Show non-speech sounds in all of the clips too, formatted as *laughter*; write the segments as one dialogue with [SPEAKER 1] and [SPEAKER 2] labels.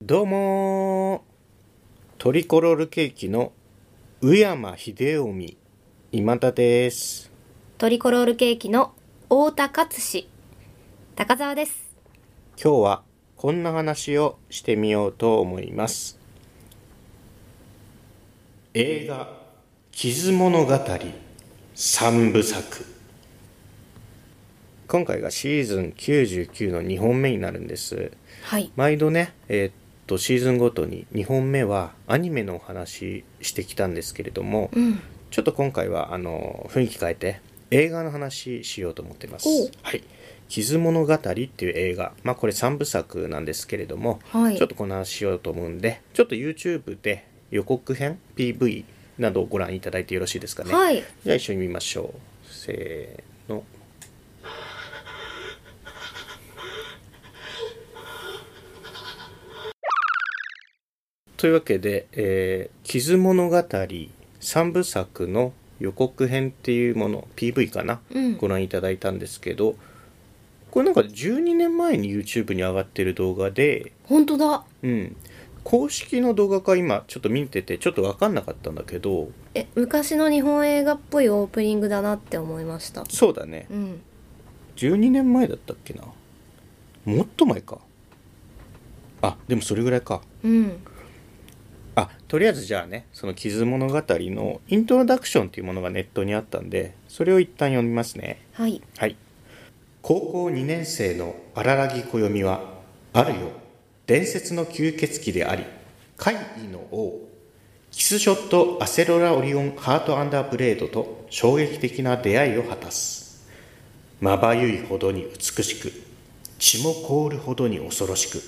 [SPEAKER 1] どうもートリコロールケーキの宇山秀臣今田です
[SPEAKER 2] トリコロールケーキの太田勝志高澤です
[SPEAKER 1] 今日はこんな話をしてみようと思います映画「傷物語」三部作今回がシーズン99の2本目になるんです
[SPEAKER 2] はい
[SPEAKER 1] 毎度ね、えーっとシーズンごとに2本目はアニメのお話してきたんですけれども、
[SPEAKER 2] うん
[SPEAKER 1] ちょっと今回はあの雰囲気変えて映画の話しようと思ってます
[SPEAKER 2] おう。
[SPEAKER 1] はい。傷物語っていう映画、まあこれ3部作なんですけれども、
[SPEAKER 2] はい
[SPEAKER 1] ちょっとこの話しようと思うんで、ちょっと YouTube で予告編 PV などをご覧いただいてよろしいですかね。
[SPEAKER 2] はい
[SPEAKER 1] じゃあ一緒に見ましょう。せーの。というわけで「えー傷物語」三部作の予告編っていうもの PV かな、
[SPEAKER 2] うん
[SPEAKER 1] ご覧いただいたんですけどこれなんか12年前に YouTube に上がってる動画で、
[SPEAKER 2] 本当だ
[SPEAKER 1] うん、公式の動画か今ちょっと見ててちょっと分かんなかったんだけど
[SPEAKER 2] え昔の日本映画っぽいオープニングだなって思いました
[SPEAKER 1] そうだね
[SPEAKER 2] うん
[SPEAKER 1] 12年前だったっけなもっと前かあでもそれぐらいか
[SPEAKER 2] うん
[SPEAKER 1] あとりあえずじゃあねその「傷物語」のイントロダクションというものがネットにあったんでそれを一旦読みますね
[SPEAKER 2] はい
[SPEAKER 1] はい高校2年生の荒木暦はあるよ伝説の吸血鬼であり怪異の王キスショットアセロラオリオンハートアンダーブレードと衝撃的な出会いを果たすまばゆいほどに美しく血も凍るほどに恐ろしく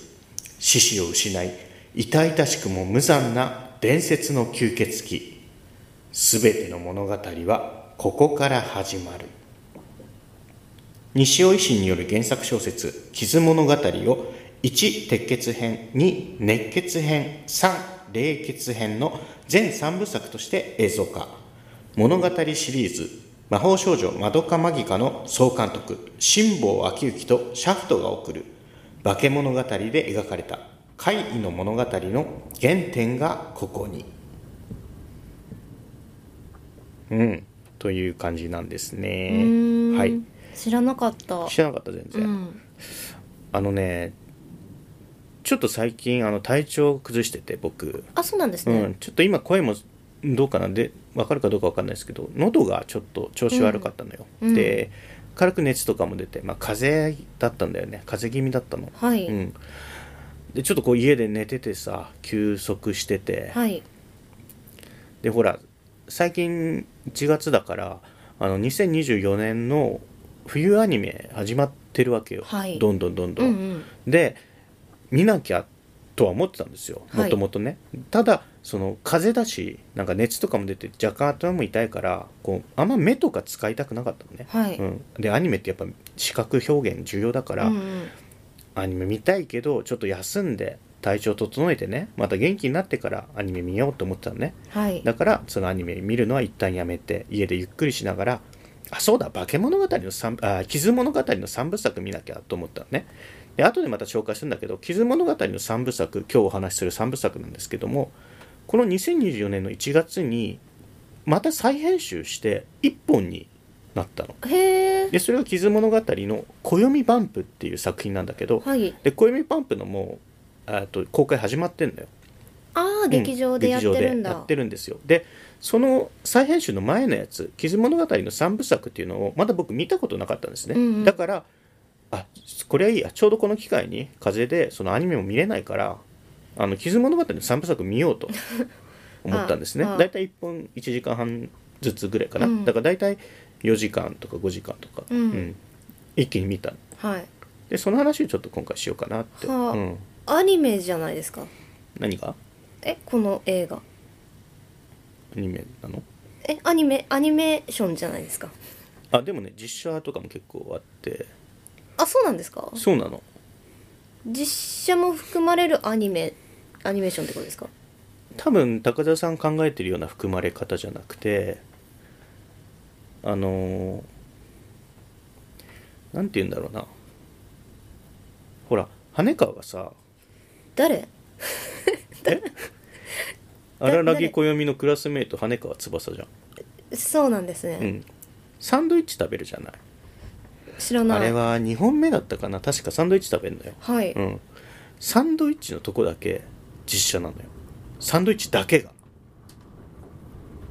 [SPEAKER 1] 獅子を失い痛々しくも無残な伝説の吸血鬼すべての物語はここから始まる西尾維新による原作小説「傷物語」を1鉄血編2熱血編3冷血編の全3部作として映像化物語シリーズ「魔法少女まどかマギカ」の総監督辛坊昭之とシャフトが送る化け物語で描かれた怪異の物語の原点がここにうんという感じなんですね
[SPEAKER 2] うーん
[SPEAKER 1] はい
[SPEAKER 2] 知らなかった
[SPEAKER 1] 知らなかった全
[SPEAKER 2] う
[SPEAKER 1] 然、
[SPEAKER 2] ん
[SPEAKER 1] あのねちょっと最近あの体調を崩してて僕、
[SPEAKER 2] あそうなんです
[SPEAKER 1] う
[SPEAKER 2] ね、
[SPEAKER 1] ん、ちょっと今声もどうかなで分かるかどうか分かんないですけど喉がちょっと調子悪かったのよ、
[SPEAKER 2] うん
[SPEAKER 1] で軽く熱とかも出て、まあ、風邪だったんだよね風邪気味だったの、
[SPEAKER 2] はい、
[SPEAKER 1] うん、でちょっとこう家で寝ててさ休息してて、
[SPEAKER 2] はい
[SPEAKER 1] でほら最近1月だからあの2024年の冬アニメ始まってるわけよ、
[SPEAKER 2] はい
[SPEAKER 1] どんどんどんど
[SPEAKER 2] うんうん
[SPEAKER 1] で見なきゃとは思ってたんですよ
[SPEAKER 2] はい
[SPEAKER 1] もともとね、ただその風邪だしなんか熱とかも出て若干頭も痛いからこうあんま目とか使いたくなかったのね、
[SPEAKER 2] はい、
[SPEAKER 1] うん、でアニメってやっぱ視覚表現重要だから、
[SPEAKER 2] うんうん
[SPEAKER 1] アニメ見たいけどちょっと休んで体調整えてねまた元気になってからアニメ見ようと思ってたのね
[SPEAKER 2] はい
[SPEAKER 1] だからそのアニメ見るのは一旦やめて家でゆっくりしながらあそうだ化け物語の三あ傷物語の三部作見なきゃと思ったのねで後でまた紹介するんだけど傷物語の三部作今日お話しする三部作なんですけどもこの2024年の1月にまた再編集して1本になったの
[SPEAKER 2] へえ
[SPEAKER 1] でそれは傷物語の「暦バンプ」っていう作品なんだけど
[SPEAKER 2] はい
[SPEAKER 1] で暦バンプのもうあと公開始まってんだよ
[SPEAKER 2] ああ劇場でやってるんだ、
[SPEAKER 1] 劇場でやってるんですよでその再編集の前のやつ「傷物語」の3部作っていうのをまだ僕見たことなかったんですね、
[SPEAKER 2] うんうん
[SPEAKER 1] だからあこれはいいやちょうどこの機会に風邪でそのアニメも見れないから「あの傷物語」の3部作見よう
[SPEAKER 2] *laughs*
[SPEAKER 1] と思ったんですね
[SPEAKER 2] ああ
[SPEAKER 1] だいたい1本1時間半ずつぐらいかな、
[SPEAKER 2] うん
[SPEAKER 1] だからだいたい4時間とか5時間とか、
[SPEAKER 2] うん
[SPEAKER 1] 一気に見た
[SPEAKER 2] はい
[SPEAKER 1] でその話をちょっと今回しようかなって、
[SPEAKER 2] はあ
[SPEAKER 1] うん、
[SPEAKER 2] アニメじゃないですか
[SPEAKER 1] 何が
[SPEAKER 2] えこの映画
[SPEAKER 1] アニメなの
[SPEAKER 2] えアニメアニメーションじゃないですか
[SPEAKER 1] あでもね実写とかも結構あって
[SPEAKER 2] あそうなんですか
[SPEAKER 1] そうなの
[SPEAKER 2] 実写も含まれるアニメアニメーションってことですか
[SPEAKER 1] 多分高田さん考えてるような含まれ方じゃなくてあのーなんて言うんだろうなほら羽川がさ
[SPEAKER 2] 誰
[SPEAKER 1] 荒らぎ暦のクラスメート羽川翼じゃん、
[SPEAKER 2] そうなんですね、
[SPEAKER 1] うん、サンドイッチ食べるじゃない
[SPEAKER 2] 知らない
[SPEAKER 1] あれは2本目だったかな確かサンドイッチ食べるのよ、
[SPEAKER 2] はい、
[SPEAKER 1] うん、サンドイッチのとこだけ実写なのよサンドイッチだけが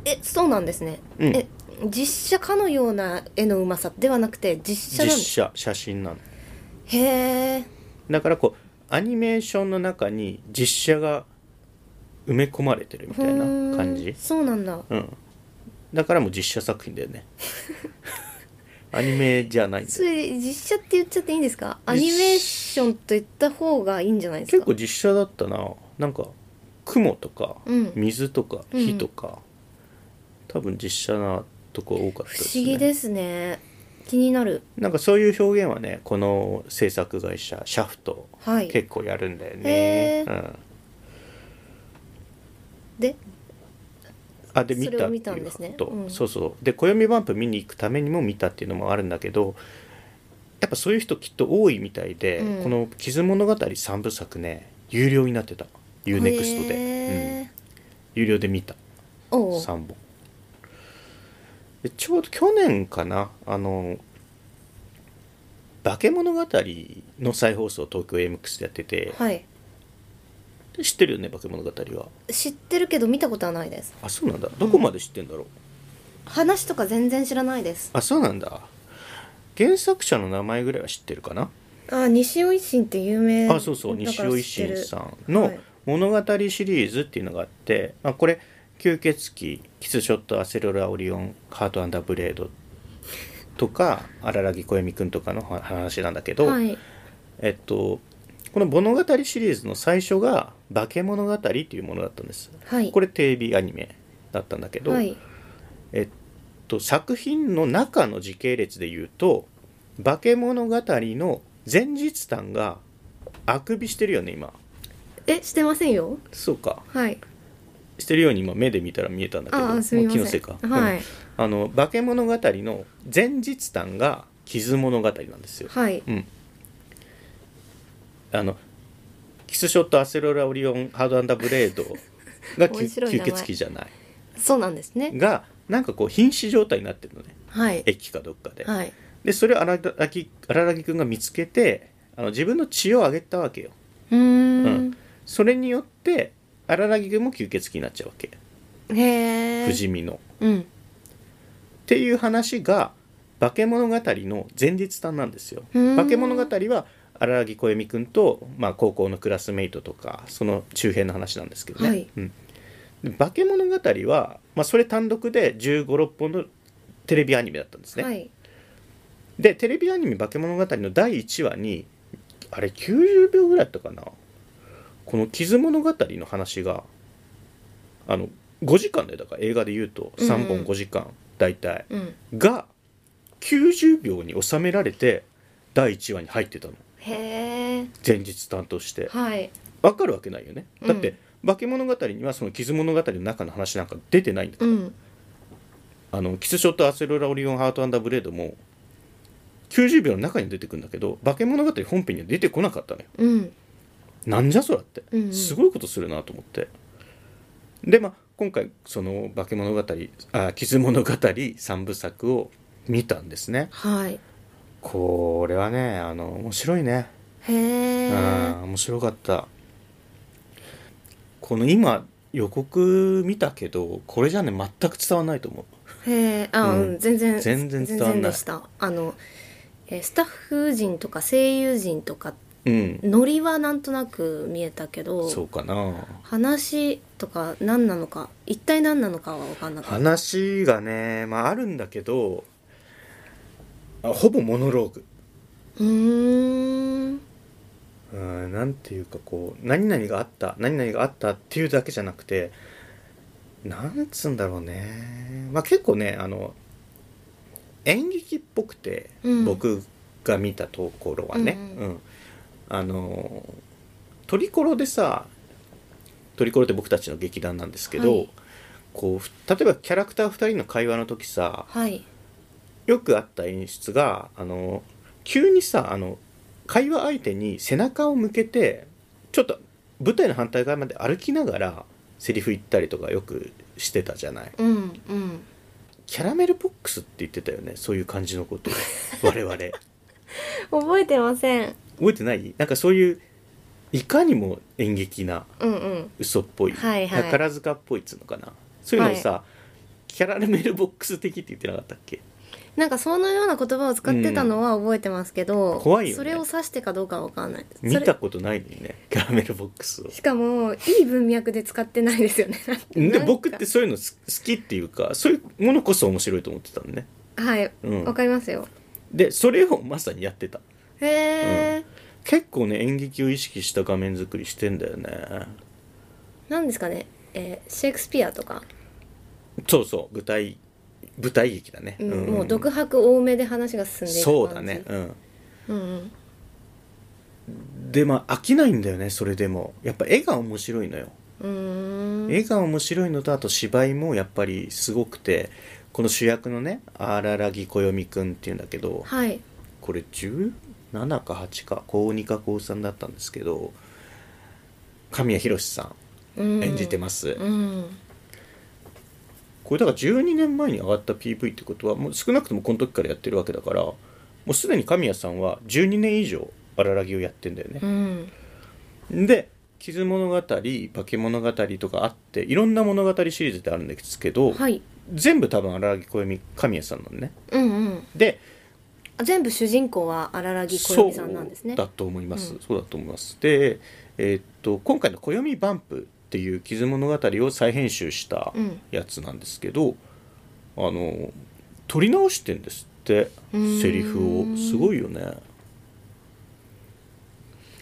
[SPEAKER 2] えそうなんですね、
[SPEAKER 1] うん
[SPEAKER 2] え実写化のような絵のうまさではなくて実
[SPEAKER 1] 実
[SPEAKER 2] 写なんです
[SPEAKER 1] 写写真なの
[SPEAKER 2] へえ
[SPEAKER 1] だからこうアニメーションの中に実写が埋め込まれてるみたいな感じ
[SPEAKER 2] そうなんだ
[SPEAKER 1] うんだからもう実写作品だよ
[SPEAKER 2] *laughs*
[SPEAKER 1] ねアニメじゃないんだ
[SPEAKER 2] そ
[SPEAKER 1] よ
[SPEAKER 2] れ実写って言っちゃっていいんですかアニメーションと言った方がいいんじゃないです
[SPEAKER 1] 結
[SPEAKER 2] か
[SPEAKER 1] 構実写だったななんか雲とか、
[SPEAKER 2] うん
[SPEAKER 1] 水とか
[SPEAKER 2] うん
[SPEAKER 1] 火とか、多分実写なとこ多かった
[SPEAKER 2] 不
[SPEAKER 1] ですね
[SPEAKER 2] 思議ですね気になる
[SPEAKER 1] なんかそういう表現はねこの制作会社シャフト、
[SPEAKER 2] はい
[SPEAKER 1] 結構やるんだよね
[SPEAKER 2] へ、
[SPEAKER 1] うん、
[SPEAKER 2] で
[SPEAKER 1] あで見
[SPEAKER 2] それ
[SPEAKER 1] た
[SPEAKER 2] を
[SPEAKER 1] ってい
[SPEAKER 2] 見
[SPEAKER 1] う
[SPEAKER 2] たんですね
[SPEAKER 1] こと
[SPEAKER 2] うん
[SPEAKER 1] そうそうで暦バンプ見に行くためにも見たっていうのもあるんだけどやっぱそういう人きっと多いみたいで、
[SPEAKER 2] うん
[SPEAKER 1] この「傷物語」3部作ね有料になってた UNEXT で、うん
[SPEAKER 2] へー
[SPEAKER 1] 有料で見た
[SPEAKER 2] おう
[SPEAKER 1] 3本でちょうど去年かなあの「化け物語」の再放送東京 MX でやってて、
[SPEAKER 2] はい
[SPEAKER 1] 知ってるよね化け物語は
[SPEAKER 2] 知ってるけど見たことはないです
[SPEAKER 1] あそうなんだどこまで知ってんだろう、
[SPEAKER 2] 話とか全然知らないです
[SPEAKER 1] あそうなんだ原作者の名前ぐらいは知ってるかな、
[SPEAKER 2] あ西尾維新って有名
[SPEAKER 1] あそうそう
[SPEAKER 2] だ
[SPEAKER 1] 西
[SPEAKER 2] から
[SPEAKER 1] 尾維
[SPEAKER 2] 知って
[SPEAKER 1] 新
[SPEAKER 2] る
[SPEAKER 1] さんの
[SPEAKER 2] はい
[SPEAKER 1] 物語シリーズっていうのがあって、まあ、これ「吸血鬼」「キスショット」「アセロラオリオン」「ハートアンダーブレード」とか「荒木小みくん」とかのは話なんだけど、
[SPEAKER 2] はい
[SPEAKER 1] えっとこの物語シリーズの最初が「化け物語」っていうものだったんです、
[SPEAKER 2] はい
[SPEAKER 1] これテレビアニメだったんだけど、
[SPEAKER 2] はい
[SPEAKER 1] えっと、作品の中の時系列で言うと「化け物語」の前日譚があくびしてるよね今
[SPEAKER 2] えしてませんよ
[SPEAKER 1] そうか
[SPEAKER 2] はい
[SPEAKER 1] してるように今目で見たら見えたんだけど
[SPEAKER 2] ああすみません
[SPEAKER 1] もう気のせいか、
[SPEAKER 2] はい
[SPEAKER 1] うんあの化け物語の前日譚が傷物語なんですよ、
[SPEAKER 2] はい
[SPEAKER 1] うんあのキスショットアセロラオリオンハードアンダーブレードがき
[SPEAKER 2] 面白い名
[SPEAKER 1] 吸
[SPEAKER 2] 前
[SPEAKER 1] 血鬼じゃない
[SPEAKER 2] そうなんですね
[SPEAKER 1] がなんかこう瀕死状態になってるのね
[SPEAKER 2] はい
[SPEAKER 1] 駅かどっかで、
[SPEAKER 2] はい
[SPEAKER 1] でそれを荒木荒木君が見つけてあの自分の血をあげたわけよ、
[SPEAKER 2] う
[SPEAKER 1] う
[SPEAKER 2] ーん
[SPEAKER 1] それによって荒木君も吸血鬼になっちゃうわけ
[SPEAKER 2] へえ
[SPEAKER 1] 不死身の、っ
[SPEAKER 2] うん
[SPEAKER 1] ていう話が化け物語の前日談なんですよ
[SPEAKER 2] うん
[SPEAKER 1] 化け物語は荒木小由美君と、まあ、高校のクラスメイトとかその周辺の話なんですけどね、
[SPEAKER 2] はい
[SPEAKER 1] うんで化け物語は、まあ、それ単独で1 5 6本のテレビアニメだったんですね、
[SPEAKER 2] はい
[SPEAKER 1] でテレビアニメ「化け物語」の第1話にあれ90秒ぐらいだったかなこの「傷物語」の話があの5時間だよだから映画で言うと
[SPEAKER 2] うんうん
[SPEAKER 1] 3本5時間大体、
[SPEAKER 2] うん
[SPEAKER 1] が90秒に収められて第1話に入ってたの
[SPEAKER 2] へえ
[SPEAKER 1] 前日担当して
[SPEAKER 2] はい
[SPEAKER 1] わかるわけないよねだって
[SPEAKER 2] う
[SPEAKER 1] 「化け物語」にはその「傷物語」の中の話なんか出てないんだから
[SPEAKER 2] うん
[SPEAKER 1] あのキスショットアセロラオリオンハートアンダーブレードも90秒の中に出てくるんだけど化け物語本編には出てこなかったのよ
[SPEAKER 2] うん
[SPEAKER 1] なんじゃそらって
[SPEAKER 2] うんうん
[SPEAKER 1] すごいことするなと思ってでまあ今回その化け物語あ傷物語3部作を見たんですね
[SPEAKER 2] はい
[SPEAKER 1] これはねあの面白いね
[SPEAKER 2] へえ
[SPEAKER 1] うん面白かったこの今予告見たけどこれじゃね全く伝わらないと思う
[SPEAKER 2] へえあ、
[SPEAKER 1] う
[SPEAKER 2] うんん、全然
[SPEAKER 1] 全然伝わんない
[SPEAKER 2] 全然でしたあのえースタッフ陣とか声優陣とか
[SPEAKER 1] うん
[SPEAKER 2] ノリはなんとなく見えたけど
[SPEAKER 1] そうかな
[SPEAKER 2] 話とか何なのか一体何なのかは分かんなかった
[SPEAKER 1] 話がね、まあ、あるんだけどあほぼモノローグ
[SPEAKER 2] うーん
[SPEAKER 1] うんなんていうかこう何々があった何々があったっていうだけじゃなくてなんつうんだろうね、まあ、結構ねあの演劇っぽくて、
[SPEAKER 2] うん
[SPEAKER 1] 僕が見たところはね、
[SPEAKER 2] うん
[SPEAKER 1] うんあのトリコロでさトリコロって僕たちの劇団なんですけど、
[SPEAKER 2] はい
[SPEAKER 1] こうふ例えばキャラクター2人の会話の時さ
[SPEAKER 2] はい
[SPEAKER 1] よくあった演出があの急にさあの会話相手に背中を向けてちょっと舞台の反対側まで歩きながらセリフ言ったりとかよくしてたじゃない
[SPEAKER 2] うんうん
[SPEAKER 1] キャラメルボックスって言ってたよねそういう感じのことを我
[SPEAKER 2] *laughs*
[SPEAKER 1] 々覚
[SPEAKER 2] 覚えてません
[SPEAKER 1] えてないなんかそういういかにも演劇な
[SPEAKER 2] うんうん
[SPEAKER 1] 嘘っぽい、
[SPEAKER 2] はいはい
[SPEAKER 1] 宝塚っぽいっつうのかなそういうのをさ、キャラメルボックス的って言ってなかったっけ
[SPEAKER 2] なんかそのような言葉を使ってたのは覚えてますけど、
[SPEAKER 1] うん怖いよね
[SPEAKER 2] それを指してかどうかはわかんないですそ
[SPEAKER 1] 見
[SPEAKER 2] れ
[SPEAKER 1] たことないのにねキャラメルボックスを
[SPEAKER 2] しかもいい文脈で使ってないですよね
[SPEAKER 1] *laughs* で
[SPEAKER 2] なんか
[SPEAKER 1] 僕ってそういうのす好きっていうかそういうものこそ面白いと思ってたのね
[SPEAKER 2] はいわ、
[SPEAKER 1] うん
[SPEAKER 2] かりますよ
[SPEAKER 1] でそれをまさにやってた
[SPEAKER 2] へえ、
[SPEAKER 1] 結構ね演劇を意識した画面作りしてんだよね
[SPEAKER 2] なんですかね、えーシェイクスピアとか、
[SPEAKER 1] そうそう舞台舞台劇だね、
[SPEAKER 2] うん
[SPEAKER 1] ん
[SPEAKER 2] もう独白多めで話が進んでいく感じ
[SPEAKER 1] そうだねうん
[SPEAKER 2] うんうん
[SPEAKER 1] でまあ飽きないんだよねそれでもやっぱ絵が面白いのよ、
[SPEAKER 2] うーん
[SPEAKER 1] 絵が面白いのとあと芝居もやっぱりすごくてこの主役のね荒木暦くんっていうんだけど
[SPEAKER 2] はい
[SPEAKER 1] これ17か8か高2か高3だったんですけど神谷博さん演じて
[SPEAKER 2] ま
[SPEAKER 1] ます、
[SPEAKER 2] うん
[SPEAKER 1] これだから12年前に上がった PV ってことはもう少なくともこの時からやってるわけだからもうすでに神谷さんは12年以上荒木をやってんだよね
[SPEAKER 2] う、ん
[SPEAKER 1] で「傷物語」「化け物語」とかあっていろんな物語シリーズってあるんですけど、
[SPEAKER 2] はい
[SPEAKER 1] 全部多分荒木暦神谷さんなのね
[SPEAKER 2] うんうん
[SPEAKER 1] で
[SPEAKER 2] あ全部主人公は荒らぎ小
[SPEAKER 1] そう
[SPEAKER 2] 指さんなんですね
[SPEAKER 1] だと思います、
[SPEAKER 2] うん
[SPEAKER 1] そうだと思いますで、えーっと今回の「暦バンプ」っていう「傷物語」を再編集した
[SPEAKER 2] うん
[SPEAKER 1] やつなんですけど、あの撮り直してんですって
[SPEAKER 2] うーん
[SPEAKER 1] セリフをすごいよね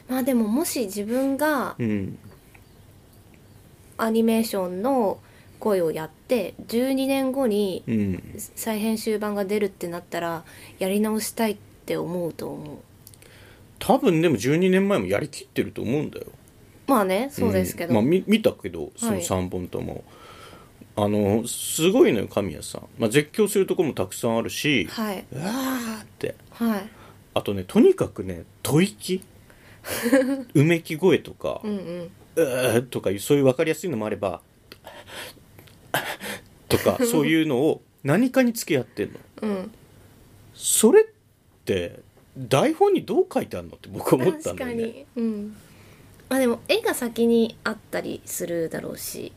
[SPEAKER 2] まあでももし自分が
[SPEAKER 1] うん
[SPEAKER 2] アニメーションの声をやって12年後に
[SPEAKER 1] うん
[SPEAKER 2] 再編集版が出るってなったらやり直したいって思うと思う
[SPEAKER 1] 多分でも12年前もやりきってると思うんだよ
[SPEAKER 2] まあねそうですけ
[SPEAKER 1] ん
[SPEAKER 2] ど、
[SPEAKER 1] まあ、み見たけどその
[SPEAKER 2] はい
[SPEAKER 1] 3本とも、あのすごいのよ神谷さん、まあ、絶叫するとこもたくさんあるし、
[SPEAKER 2] はいう
[SPEAKER 1] わーって
[SPEAKER 2] はい
[SPEAKER 1] あとねとにかくね吐息うめき声とか、う
[SPEAKER 2] うんうん
[SPEAKER 1] ーとかいうそういう分かりやすいのもあればとかそういうのを何かに付き合ってんの
[SPEAKER 2] うん
[SPEAKER 1] それって台本にどう書いてあるのって僕思った
[SPEAKER 2] 確
[SPEAKER 1] んだ
[SPEAKER 2] か
[SPEAKER 1] よね
[SPEAKER 2] に、うんまあでも絵が先にあったりするだろうし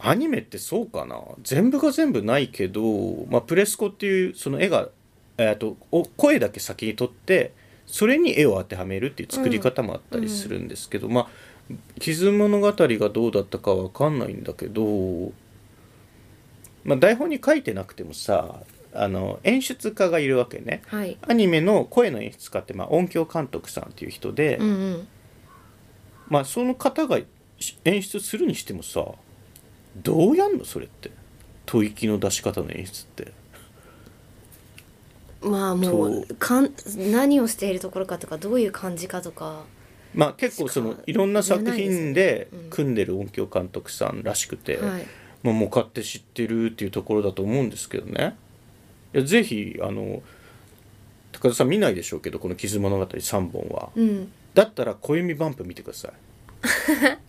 [SPEAKER 1] アニメってそうかな全部が全部ないけど、まあ、プレスコっていうその絵が、えー、とお声だけ先に撮ってそれに絵を当てはめるっていう作り方もあったりするんですけど、まあ「傷物語」がどうだったかわかんないんだけど、まあ、台本に書いてなくてもさあの演出家がいるわけね。
[SPEAKER 2] はい
[SPEAKER 1] アニメの声の演出家って、まあ、音響監督さんっていう人で、
[SPEAKER 2] うんうん
[SPEAKER 1] まあその方がし演出するにしてもさどうやんのそれって吐息の出し方の演出って
[SPEAKER 2] まあも
[SPEAKER 1] そうう
[SPEAKER 2] かん何をしているところかとかどういう感じかとか
[SPEAKER 1] まあ結構その
[SPEAKER 2] しか
[SPEAKER 1] いろんな作品で
[SPEAKER 2] 言えないですねうん
[SPEAKER 1] 組んでる音響監督さんらしくて、
[SPEAKER 2] はい
[SPEAKER 1] まあ、もう買って知ってるっていうところだと思うんですけどねいやぜひあの高田さん見ないでしょうけどこの「傷物語」3本は、
[SPEAKER 2] うん
[SPEAKER 1] だったら「小弓バンプ」見てくだ
[SPEAKER 2] *laughs*
[SPEAKER 1] さい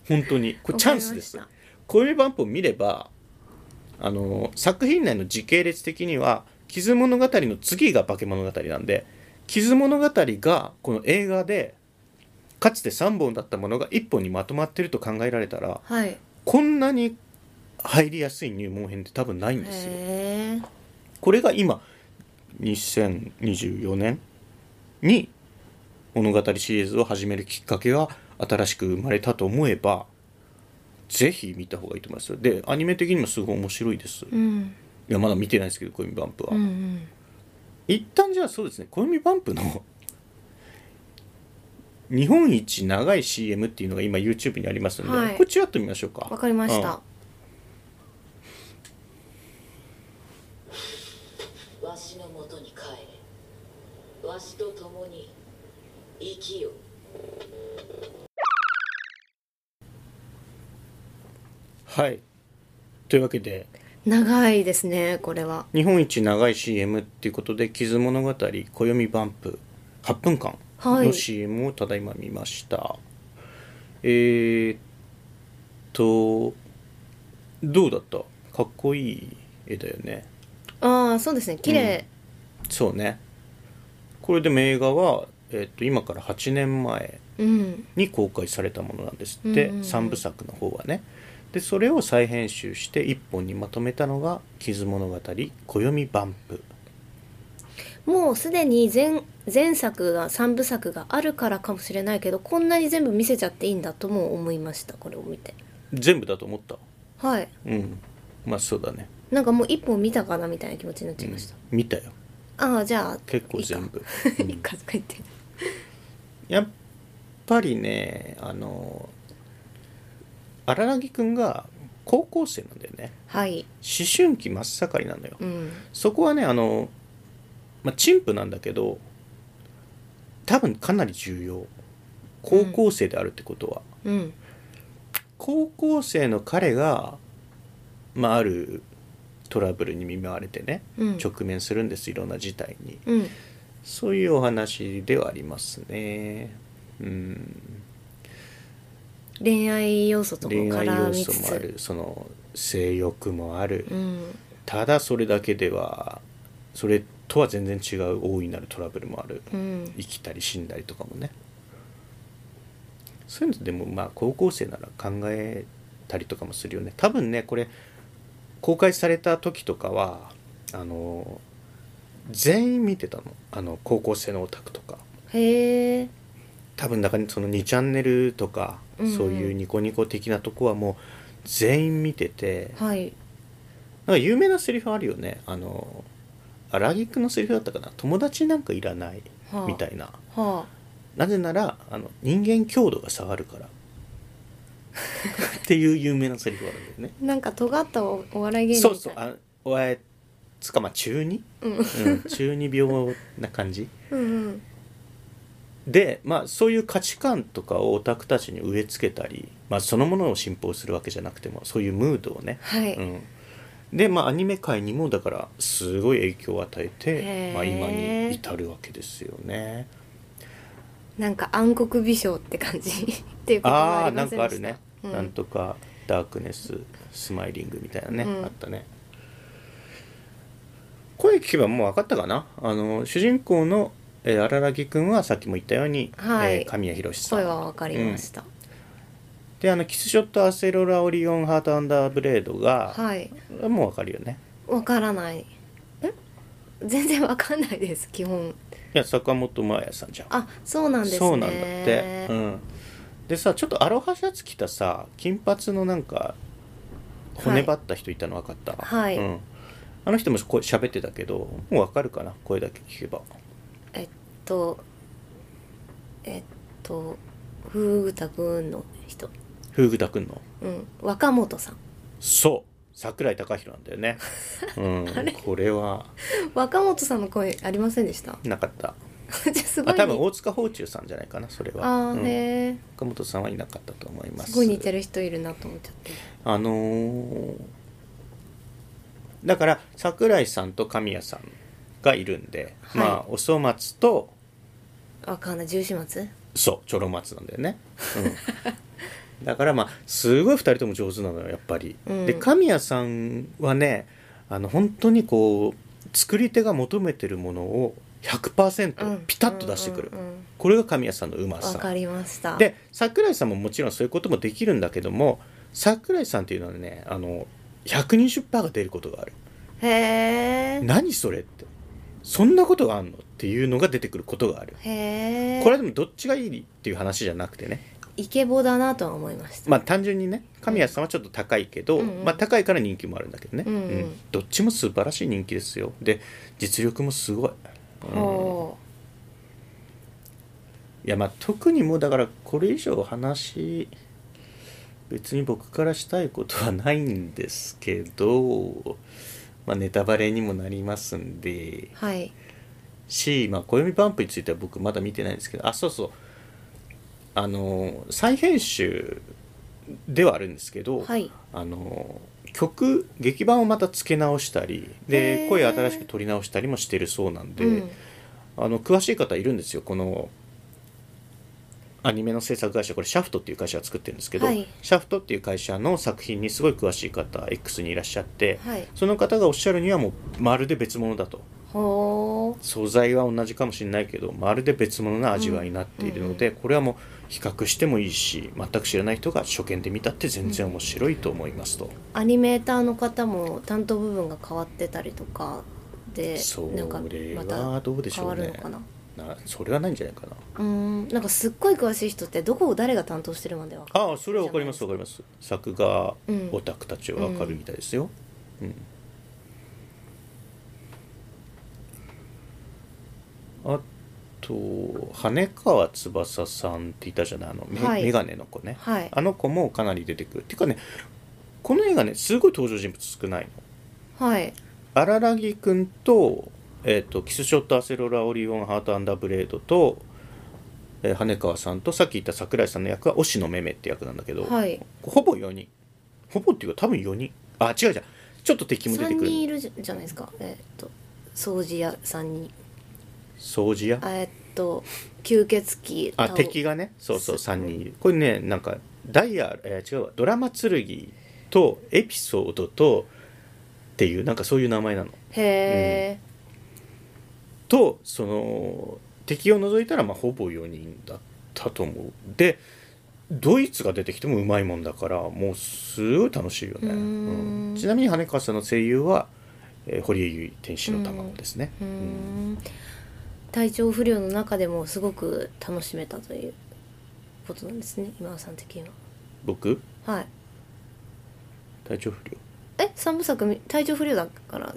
[SPEAKER 1] 本当にこれチャンスです
[SPEAKER 2] わかりま
[SPEAKER 1] 小弓バンプを見ればあの作品内の時系列的には「傷物語」の次が「化け物語」なんで「傷物語」がこの映画でかつて3本だったものが1本にまとまってると考えられたら
[SPEAKER 2] はいへ
[SPEAKER 1] こんなに入りやすい入門編って多分ないんですよ。
[SPEAKER 2] え
[SPEAKER 1] これが今2024年に物語シリーズを始めるきっかけが新しく生まれたと思えばぜひ見た方がいいと思いますよでアニメ的にもすごい面白いです、
[SPEAKER 2] う
[SPEAKER 1] い
[SPEAKER 2] ん
[SPEAKER 1] やまだ見てないですけど「コイミバンプは」
[SPEAKER 2] うんうん
[SPEAKER 1] 一旦じゃあそうですね「コイミバンプ」の日本一長い CM っていうのが今 YouTube にありますので、
[SPEAKER 2] はい
[SPEAKER 1] これちらっと見ましょうか
[SPEAKER 2] わかりました、
[SPEAKER 1] うん
[SPEAKER 3] わしのもとに帰れわしと共に生きよ
[SPEAKER 1] はいというわけで
[SPEAKER 2] 長いですねこれは
[SPEAKER 1] 日本一長い CM っていうことで「傷物語暦バンプ」8分間
[SPEAKER 2] はい
[SPEAKER 1] の CM をただいま見ました、えー、っとどうだったかっこいい絵だよね
[SPEAKER 2] ああそうですね綺麗、
[SPEAKER 1] そうねこれでも映画は、えーっと今から8年前
[SPEAKER 2] うん
[SPEAKER 1] に公開されたものなんですって、
[SPEAKER 2] うんうんうん
[SPEAKER 1] 三部作の方はねでそれを再編集して一本にまとめたのが「傷物語暦バンプ
[SPEAKER 2] もうすでに前前作が3部作があるからかもしれないけどこんなに全部見せちゃっていいんだとも思いましたこれを見て」
[SPEAKER 1] 全部だと思った
[SPEAKER 2] はい
[SPEAKER 1] うんまあそうだね、
[SPEAKER 2] なんかもう一本見たかなみたいな気持ちになっちゃいました、
[SPEAKER 1] 見たよ
[SPEAKER 2] ああじゃあ
[SPEAKER 1] 結構全部
[SPEAKER 2] いいか *laughs* いいかとか言って
[SPEAKER 1] やっぱりねあの荒木くんが高校生なんだよね
[SPEAKER 2] はい
[SPEAKER 1] 思春期真っ盛りなのよ、
[SPEAKER 2] うん
[SPEAKER 1] そこはねあの、まあ、陳腐なんだけど多分かなり重要高校生であるってことは、
[SPEAKER 2] うん
[SPEAKER 1] 高校生の彼が、まあ、あるトラブルに見舞われてね、
[SPEAKER 2] うん
[SPEAKER 1] 直面するんですいろんな事態に
[SPEAKER 2] うん
[SPEAKER 1] そういうお話ではありますねうん
[SPEAKER 2] 恋愛要素とも
[SPEAKER 1] 恋愛
[SPEAKER 2] 絡
[SPEAKER 1] 要
[SPEAKER 2] み
[SPEAKER 1] 素
[SPEAKER 2] つ
[SPEAKER 1] もあ
[SPEAKER 2] つ
[SPEAKER 1] るその性欲もある、
[SPEAKER 2] うん
[SPEAKER 1] ただそれだけではそれとは全然違う大いなるトラブルもある、
[SPEAKER 2] うん
[SPEAKER 1] 生きたり死んだりとかもねそういうのでもまあ高校生なら考えたりとかもするよね多分ねこれ公開された時とかはあの全員見てたのあの高校生のオタクとか
[SPEAKER 2] へえ
[SPEAKER 1] 多分中にその2チャンネルとか、
[SPEAKER 2] うんうん
[SPEAKER 1] そういうニコニコ的なとこはもう全員見てて
[SPEAKER 2] はい
[SPEAKER 1] なんか有名なセリフあるよねあの荒木くんのセリフだったかな友達なんかいらない
[SPEAKER 2] はあ
[SPEAKER 1] みたいな、
[SPEAKER 2] は
[SPEAKER 1] なぜならあの人間強度が下がるからっていう有名なセリフがあるんだよね
[SPEAKER 2] あなんか尖ったおお笑い芸人
[SPEAKER 1] そ
[SPEAKER 2] み
[SPEAKER 1] う
[SPEAKER 2] た
[SPEAKER 1] そ
[SPEAKER 2] いうな
[SPEAKER 1] あおあえつかまあ中二、
[SPEAKER 2] うん
[SPEAKER 1] うん、中二病な感じ
[SPEAKER 2] うんうん
[SPEAKER 1] でまあそういう価値観とかをオタクたちに植え付けたり、まあ、そのものを信奉するわけじゃなくてもそういうムードをね、
[SPEAKER 2] はい、
[SPEAKER 1] うん、でまあアニメ界にもだからすごい影響を与え
[SPEAKER 2] へ
[SPEAKER 1] て
[SPEAKER 2] ー、
[SPEAKER 1] まあ、今に至るわけですよね
[SPEAKER 2] なんか暗黒美少って感じ *laughs* っていうことは
[SPEAKER 1] あ
[SPEAKER 2] あ
[SPEAKER 1] あー
[SPEAKER 2] り
[SPEAKER 1] な
[SPEAKER 2] ま
[SPEAKER 1] ん
[SPEAKER 2] せ
[SPEAKER 1] かあ
[SPEAKER 2] んで
[SPEAKER 1] る
[SPEAKER 2] した
[SPEAKER 1] ね、
[SPEAKER 2] うん
[SPEAKER 1] なんとかダークネススマイリングみたいなね、
[SPEAKER 2] うん
[SPEAKER 1] あったね声聞けばもう分かったかなあの主人公の、えー、荒木くんはさっきも言ったように、
[SPEAKER 2] はい
[SPEAKER 1] えー神谷博史さん
[SPEAKER 2] 声はわかりました、
[SPEAKER 1] であのキスショットアセロラオリオンハートアンダーブレードが、
[SPEAKER 2] はい
[SPEAKER 1] もうわかるよね
[SPEAKER 2] わからない全然わかんないです基本
[SPEAKER 1] いや坂本真綾さんじゃん
[SPEAKER 2] あそうなんですね
[SPEAKER 1] そうなんだって、うん、でさちょっとアロハシャツ着たさ金髪のなんか骨張った人いたの分かった、
[SPEAKER 2] はい
[SPEAKER 1] うん、あの人もこう喋ってたけどもう分かるかな声だけ聞けば
[SPEAKER 2] えっとえっと風ぐたくんの人
[SPEAKER 1] 風太くんの
[SPEAKER 2] うん若本さん
[SPEAKER 1] そう桜井貴弘なんだよね、
[SPEAKER 2] *laughs*
[SPEAKER 1] うん、これは
[SPEAKER 2] 若本さんの声ありませんでした *laughs*
[SPEAKER 1] なかった
[SPEAKER 2] じゃあすご
[SPEAKER 1] あ
[SPEAKER 2] い
[SPEAKER 1] 多分大塚芳忠さんじゃないかなそれは
[SPEAKER 2] あ
[SPEAKER 1] う
[SPEAKER 2] ー
[SPEAKER 1] ん
[SPEAKER 2] へえ
[SPEAKER 1] 岡本さんはいなかったと思います
[SPEAKER 2] すごい似てる人いるなと思っちゃって
[SPEAKER 1] あのーだから桜井さんと神谷さんがいるんで、
[SPEAKER 2] はい
[SPEAKER 1] まあお粗末と
[SPEAKER 2] わかんない重始末
[SPEAKER 1] そうちょろ松なんだよね、
[SPEAKER 2] *laughs*
[SPEAKER 1] うん、だからまあすごい2人とも上手なのよやっぱり、
[SPEAKER 2] うん
[SPEAKER 1] で神谷さんはねあの本当にこう作り手が求めてるものを
[SPEAKER 2] うん
[SPEAKER 1] 100%ピタッと出してくる、
[SPEAKER 2] うんうんうん
[SPEAKER 1] これが神谷さんのうま
[SPEAKER 2] わ
[SPEAKER 1] さ
[SPEAKER 2] かりました
[SPEAKER 1] で桜井さんももちろんそういうこともできるんだけども桜井さんっていうのはねあの120%が出ることがある
[SPEAKER 2] へえ
[SPEAKER 1] 何それってそんなことがあんのっていうのが出てくることがある
[SPEAKER 2] へえ
[SPEAKER 1] これはでもどっちがいいっていう話じゃなくてね
[SPEAKER 2] イケボだなとは思いました、
[SPEAKER 1] まあ単純にね神谷さんはちょっと高いけど、
[SPEAKER 2] うんうん
[SPEAKER 1] まあ高いから人気もあるんだけどね、
[SPEAKER 2] うんうん
[SPEAKER 1] どっちも素晴らしい人気ですよで実力もすごい、うん
[SPEAKER 2] ほ
[SPEAKER 1] いやまあ特にもうだからこれ以上話別に僕からしたいことはないんですけど、まあ、ネタバレにもなりますんで
[SPEAKER 2] うはい
[SPEAKER 1] し、まあ、暦バンプについては僕まだ見てないんですけどあそうそうあの再編集ではあるんですけど、
[SPEAKER 2] はい
[SPEAKER 1] あの曲劇版をまた付け直したりで
[SPEAKER 2] へー
[SPEAKER 1] 声新しく取り直したりもしてるそうなんで、
[SPEAKER 2] うん
[SPEAKER 1] あの詳しい方いるんですよこのアニメの制作会社これシャフトっていう会社が作ってるんですけど、
[SPEAKER 2] はい
[SPEAKER 1] シャフトっていう会社の作品にすごい詳しい方 X にいらっしゃって、
[SPEAKER 2] はい
[SPEAKER 1] その方がおっしゃるにはもうまるで別物だと
[SPEAKER 2] ほー
[SPEAKER 1] 素材は同じかもしれないけどまるで別物な味わいになっているので、これはもう比較してもいいし全く知らない人が初見で見たって全然面白いと思いますと、
[SPEAKER 2] アニメーターの方も担当部分が変わってたりとかで
[SPEAKER 1] そ
[SPEAKER 2] なんか
[SPEAKER 1] れ
[SPEAKER 2] ま
[SPEAKER 1] は
[SPEAKER 2] た
[SPEAKER 1] どうでし
[SPEAKER 2] 変
[SPEAKER 1] ょ
[SPEAKER 2] わ
[SPEAKER 1] う
[SPEAKER 2] る
[SPEAKER 1] ね
[SPEAKER 2] のかな
[SPEAKER 1] なそれはないんじゃないかな
[SPEAKER 2] うーんなんかすっごい詳しい人ってどこを誰が担当してるまでは
[SPEAKER 1] ああそれは分かります分かります作画
[SPEAKER 2] うん
[SPEAKER 1] オタクたちは分かるみたいですよ、うんあと羽川翼さんっていたじゃないあの、め
[SPEAKER 2] はい
[SPEAKER 1] メガネの子ね、
[SPEAKER 2] はい
[SPEAKER 1] あの子もかなり出てくるっていうかねこの映画ねすごい登場人物少ないの
[SPEAKER 2] はい
[SPEAKER 1] 荒らぎくんと,、えー、とキスショットアセロラオリオンハートアンダーブレードと、えー羽川さんとさっき言った桜井さんの役は押野めめって役なんだけど、
[SPEAKER 2] はい
[SPEAKER 1] ほぼ4人ほぼっていうか多分4人あ違うじゃんちょっと敵も出て
[SPEAKER 2] 3
[SPEAKER 1] くる
[SPEAKER 2] 人いるじゃないですかえーっと掃除屋さんに
[SPEAKER 1] 掃除屋
[SPEAKER 2] あえーっと吸血鬼
[SPEAKER 1] あ
[SPEAKER 2] タオ
[SPEAKER 1] 敵がねそうそう
[SPEAKER 2] す
[SPEAKER 1] 3人いるこれねなんかダイヤ、えー違うわドラマ剣とエピソードとっていうなんかそういう名前なの
[SPEAKER 2] へえ、
[SPEAKER 1] とその敵を除いたらまあほぼ4人だったと思うでドイツが出てきてもうまいもんだからもうすごい楽しいよね、
[SPEAKER 2] うーん
[SPEAKER 1] うんちなみに羽川さんの声優は、えー堀江由衣天使の卵ですね、
[SPEAKER 2] うー
[SPEAKER 1] うん
[SPEAKER 2] ん体調不良の中でもすごく楽しめたということなんですね今田さん的に
[SPEAKER 1] 僕
[SPEAKER 2] ははい
[SPEAKER 1] 体調不良
[SPEAKER 2] え三部作み体調不良だから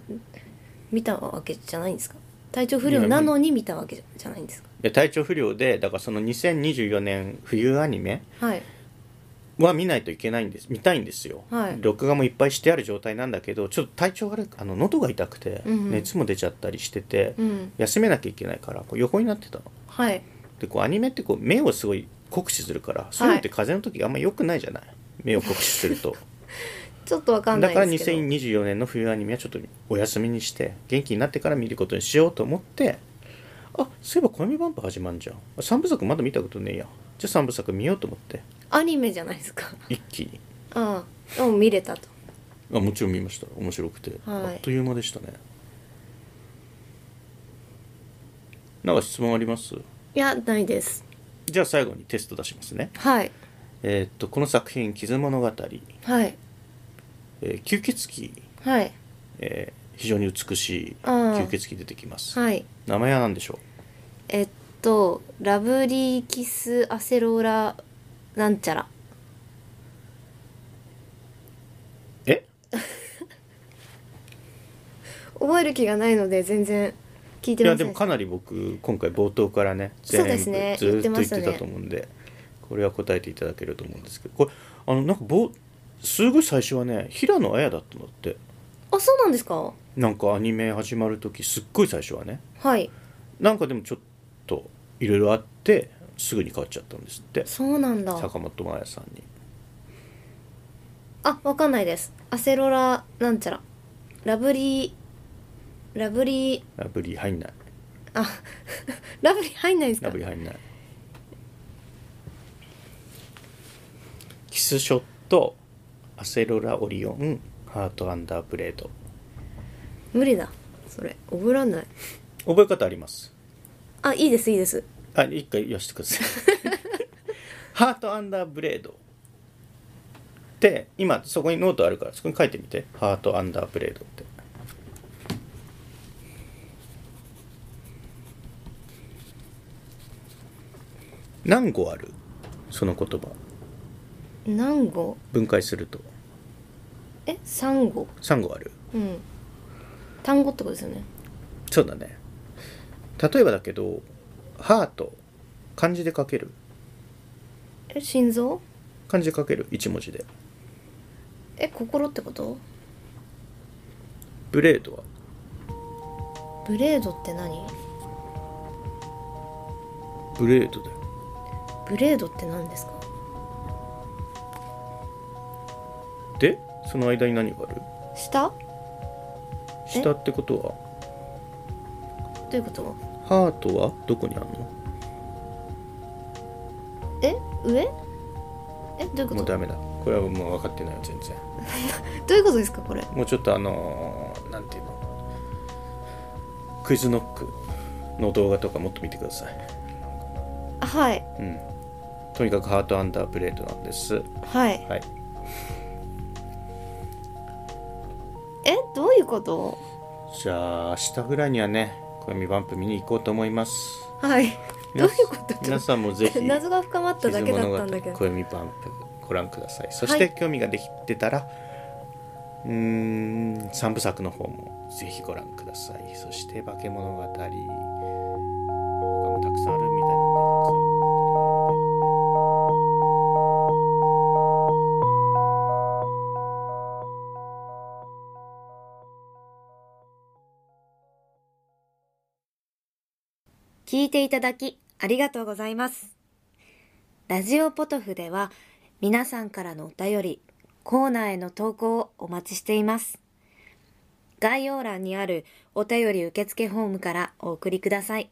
[SPEAKER 2] 見たわけじゃないんですか体調不良なのに見たわけじゃじゃないんですか
[SPEAKER 1] で体調不良でだからその2024年冬アニメ
[SPEAKER 2] はい
[SPEAKER 1] は見ないといけないんです見たいんですよ、
[SPEAKER 2] はい
[SPEAKER 1] 録画もいっぱいしてある状態なんだけどちょっと体調悪いあの喉が痛くて、
[SPEAKER 2] うんうん
[SPEAKER 1] 熱も出ちゃったりしてて、
[SPEAKER 2] うん
[SPEAKER 1] 休めなきゃいけないからこう横になってたの
[SPEAKER 2] はい
[SPEAKER 1] でこうアニメってこう目をすごい酷使するからそういうのって風邪の時あんま良くないじゃない、目を酷使すると
[SPEAKER 2] ちょっとわかんな
[SPEAKER 1] だから
[SPEAKER 2] いですけど
[SPEAKER 1] 2024年の冬アニメはちょっとお休みにして元気になってから見ることにしようと思ってあそういえば「暦バンプ」始まんじゃん3部作まだ見たことねえやじゃあ3部作見ようと思って
[SPEAKER 2] アニメじゃないですか *laughs*
[SPEAKER 1] 一気に
[SPEAKER 2] ああでも見れたと
[SPEAKER 1] あもちろん見ました面白くて、
[SPEAKER 2] はい
[SPEAKER 1] あっという間でしたねなんか質問あります
[SPEAKER 2] いやないです
[SPEAKER 1] じゃあ最後にテスト出しますね
[SPEAKER 2] はい
[SPEAKER 1] えーっとこの作品「傷物語」
[SPEAKER 2] はい
[SPEAKER 1] えー吸血鬼、
[SPEAKER 2] はい
[SPEAKER 1] えー非常に美しい
[SPEAKER 2] あ
[SPEAKER 1] 吸
[SPEAKER 2] ー
[SPEAKER 1] 血鬼出てきます、
[SPEAKER 2] はい
[SPEAKER 1] 名前は何でしょ
[SPEAKER 2] えっとラブリーキスアセローラなんちゃら
[SPEAKER 1] うえ
[SPEAKER 2] 覚える気がないので全然聞い
[SPEAKER 1] い
[SPEAKER 2] てま
[SPEAKER 1] やで
[SPEAKER 2] せん
[SPEAKER 1] もかなり僕今回冒頭からね
[SPEAKER 2] そ
[SPEAKER 1] 全
[SPEAKER 2] うです
[SPEAKER 1] 部
[SPEAKER 2] ね
[SPEAKER 1] ずーっと
[SPEAKER 2] 言って
[SPEAKER 1] 言
[SPEAKER 2] ま
[SPEAKER 1] っ
[SPEAKER 2] したね
[SPEAKER 1] てたと思うんでこれは答えていただけると思うんですけどこれあのなんかぼすごい最初はね平野綾だったんだって
[SPEAKER 2] あそうなんですか
[SPEAKER 1] なんかアニメ始まる時すっごい最初はね
[SPEAKER 2] はい
[SPEAKER 1] なんかでもちょっといろいろあってすぐに変わっちゃったんですって
[SPEAKER 2] そうなんだ
[SPEAKER 1] 坂本真綾さんに
[SPEAKER 2] あわかんないですアセロラなんちゃらラブリーラブリー
[SPEAKER 1] ラブリー入んない
[SPEAKER 2] あ *laughs* ラブリー入んないんです
[SPEAKER 1] ラ
[SPEAKER 2] か
[SPEAKER 1] ブリー入んないキスショットアセロラオリオンハートアンダーブレード
[SPEAKER 2] 無理だそれ覚えらんない
[SPEAKER 1] 覚え方あります
[SPEAKER 2] あいいですいいです
[SPEAKER 1] あ一回言わせてくださいハートアンダーブレードで今そこにノートあるからそこに書いてみてハートアンダーブレードって何語あるその言葉
[SPEAKER 2] 何語
[SPEAKER 1] 分解すると
[SPEAKER 2] え三語
[SPEAKER 1] 3語ある
[SPEAKER 2] うん単語ってことですよね
[SPEAKER 1] そうだね例えばだけど「ハート」漢字で書ける
[SPEAKER 2] え心臓
[SPEAKER 1] 漢字で書ける1文字で
[SPEAKER 2] え心ってこと
[SPEAKER 1] ブレードは
[SPEAKER 2] ブレードって何
[SPEAKER 1] ブレードだよ
[SPEAKER 2] ブレードって何ですか
[SPEAKER 1] でその間に何がある
[SPEAKER 2] 下
[SPEAKER 1] 下ってことは
[SPEAKER 2] どういうこと
[SPEAKER 1] ハートはどこにあるの
[SPEAKER 2] え上えどういうこ
[SPEAKER 1] もう
[SPEAKER 2] と
[SPEAKER 1] ダメだこれはもう分かってないよ全然
[SPEAKER 2] どういうことですかこれ
[SPEAKER 1] もうちょっとあのーなんていうのクイズノックの動画とかもっと見てください
[SPEAKER 2] あはい
[SPEAKER 1] うんとにかくハートアンダープレートなんです
[SPEAKER 2] はい
[SPEAKER 1] はい
[SPEAKER 2] えどういうこと
[SPEAKER 1] じゃあ明日ぐらいにはね暦バンプ見に行こうと思います
[SPEAKER 2] はいどういうこと
[SPEAKER 1] 皆さんもぜひ
[SPEAKER 2] *laughs* 謎が深まっただけだったんだけ
[SPEAKER 1] 地図物語
[SPEAKER 2] ど
[SPEAKER 1] 暦バンプご覧くださいそして、
[SPEAKER 2] はい
[SPEAKER 1] 興味ができてたらうーん三部作の方もぜひご覧くださいそして化け物語他もたくさんあるみたいなんでたくさん
[SPEAKER 2] 聞いていただきありがとうございます。ラジオポトフでは皆さんからのお便り、コーナーへの投稿をお待ちしています。概要欄にあるお便り受付フォームからお送りください。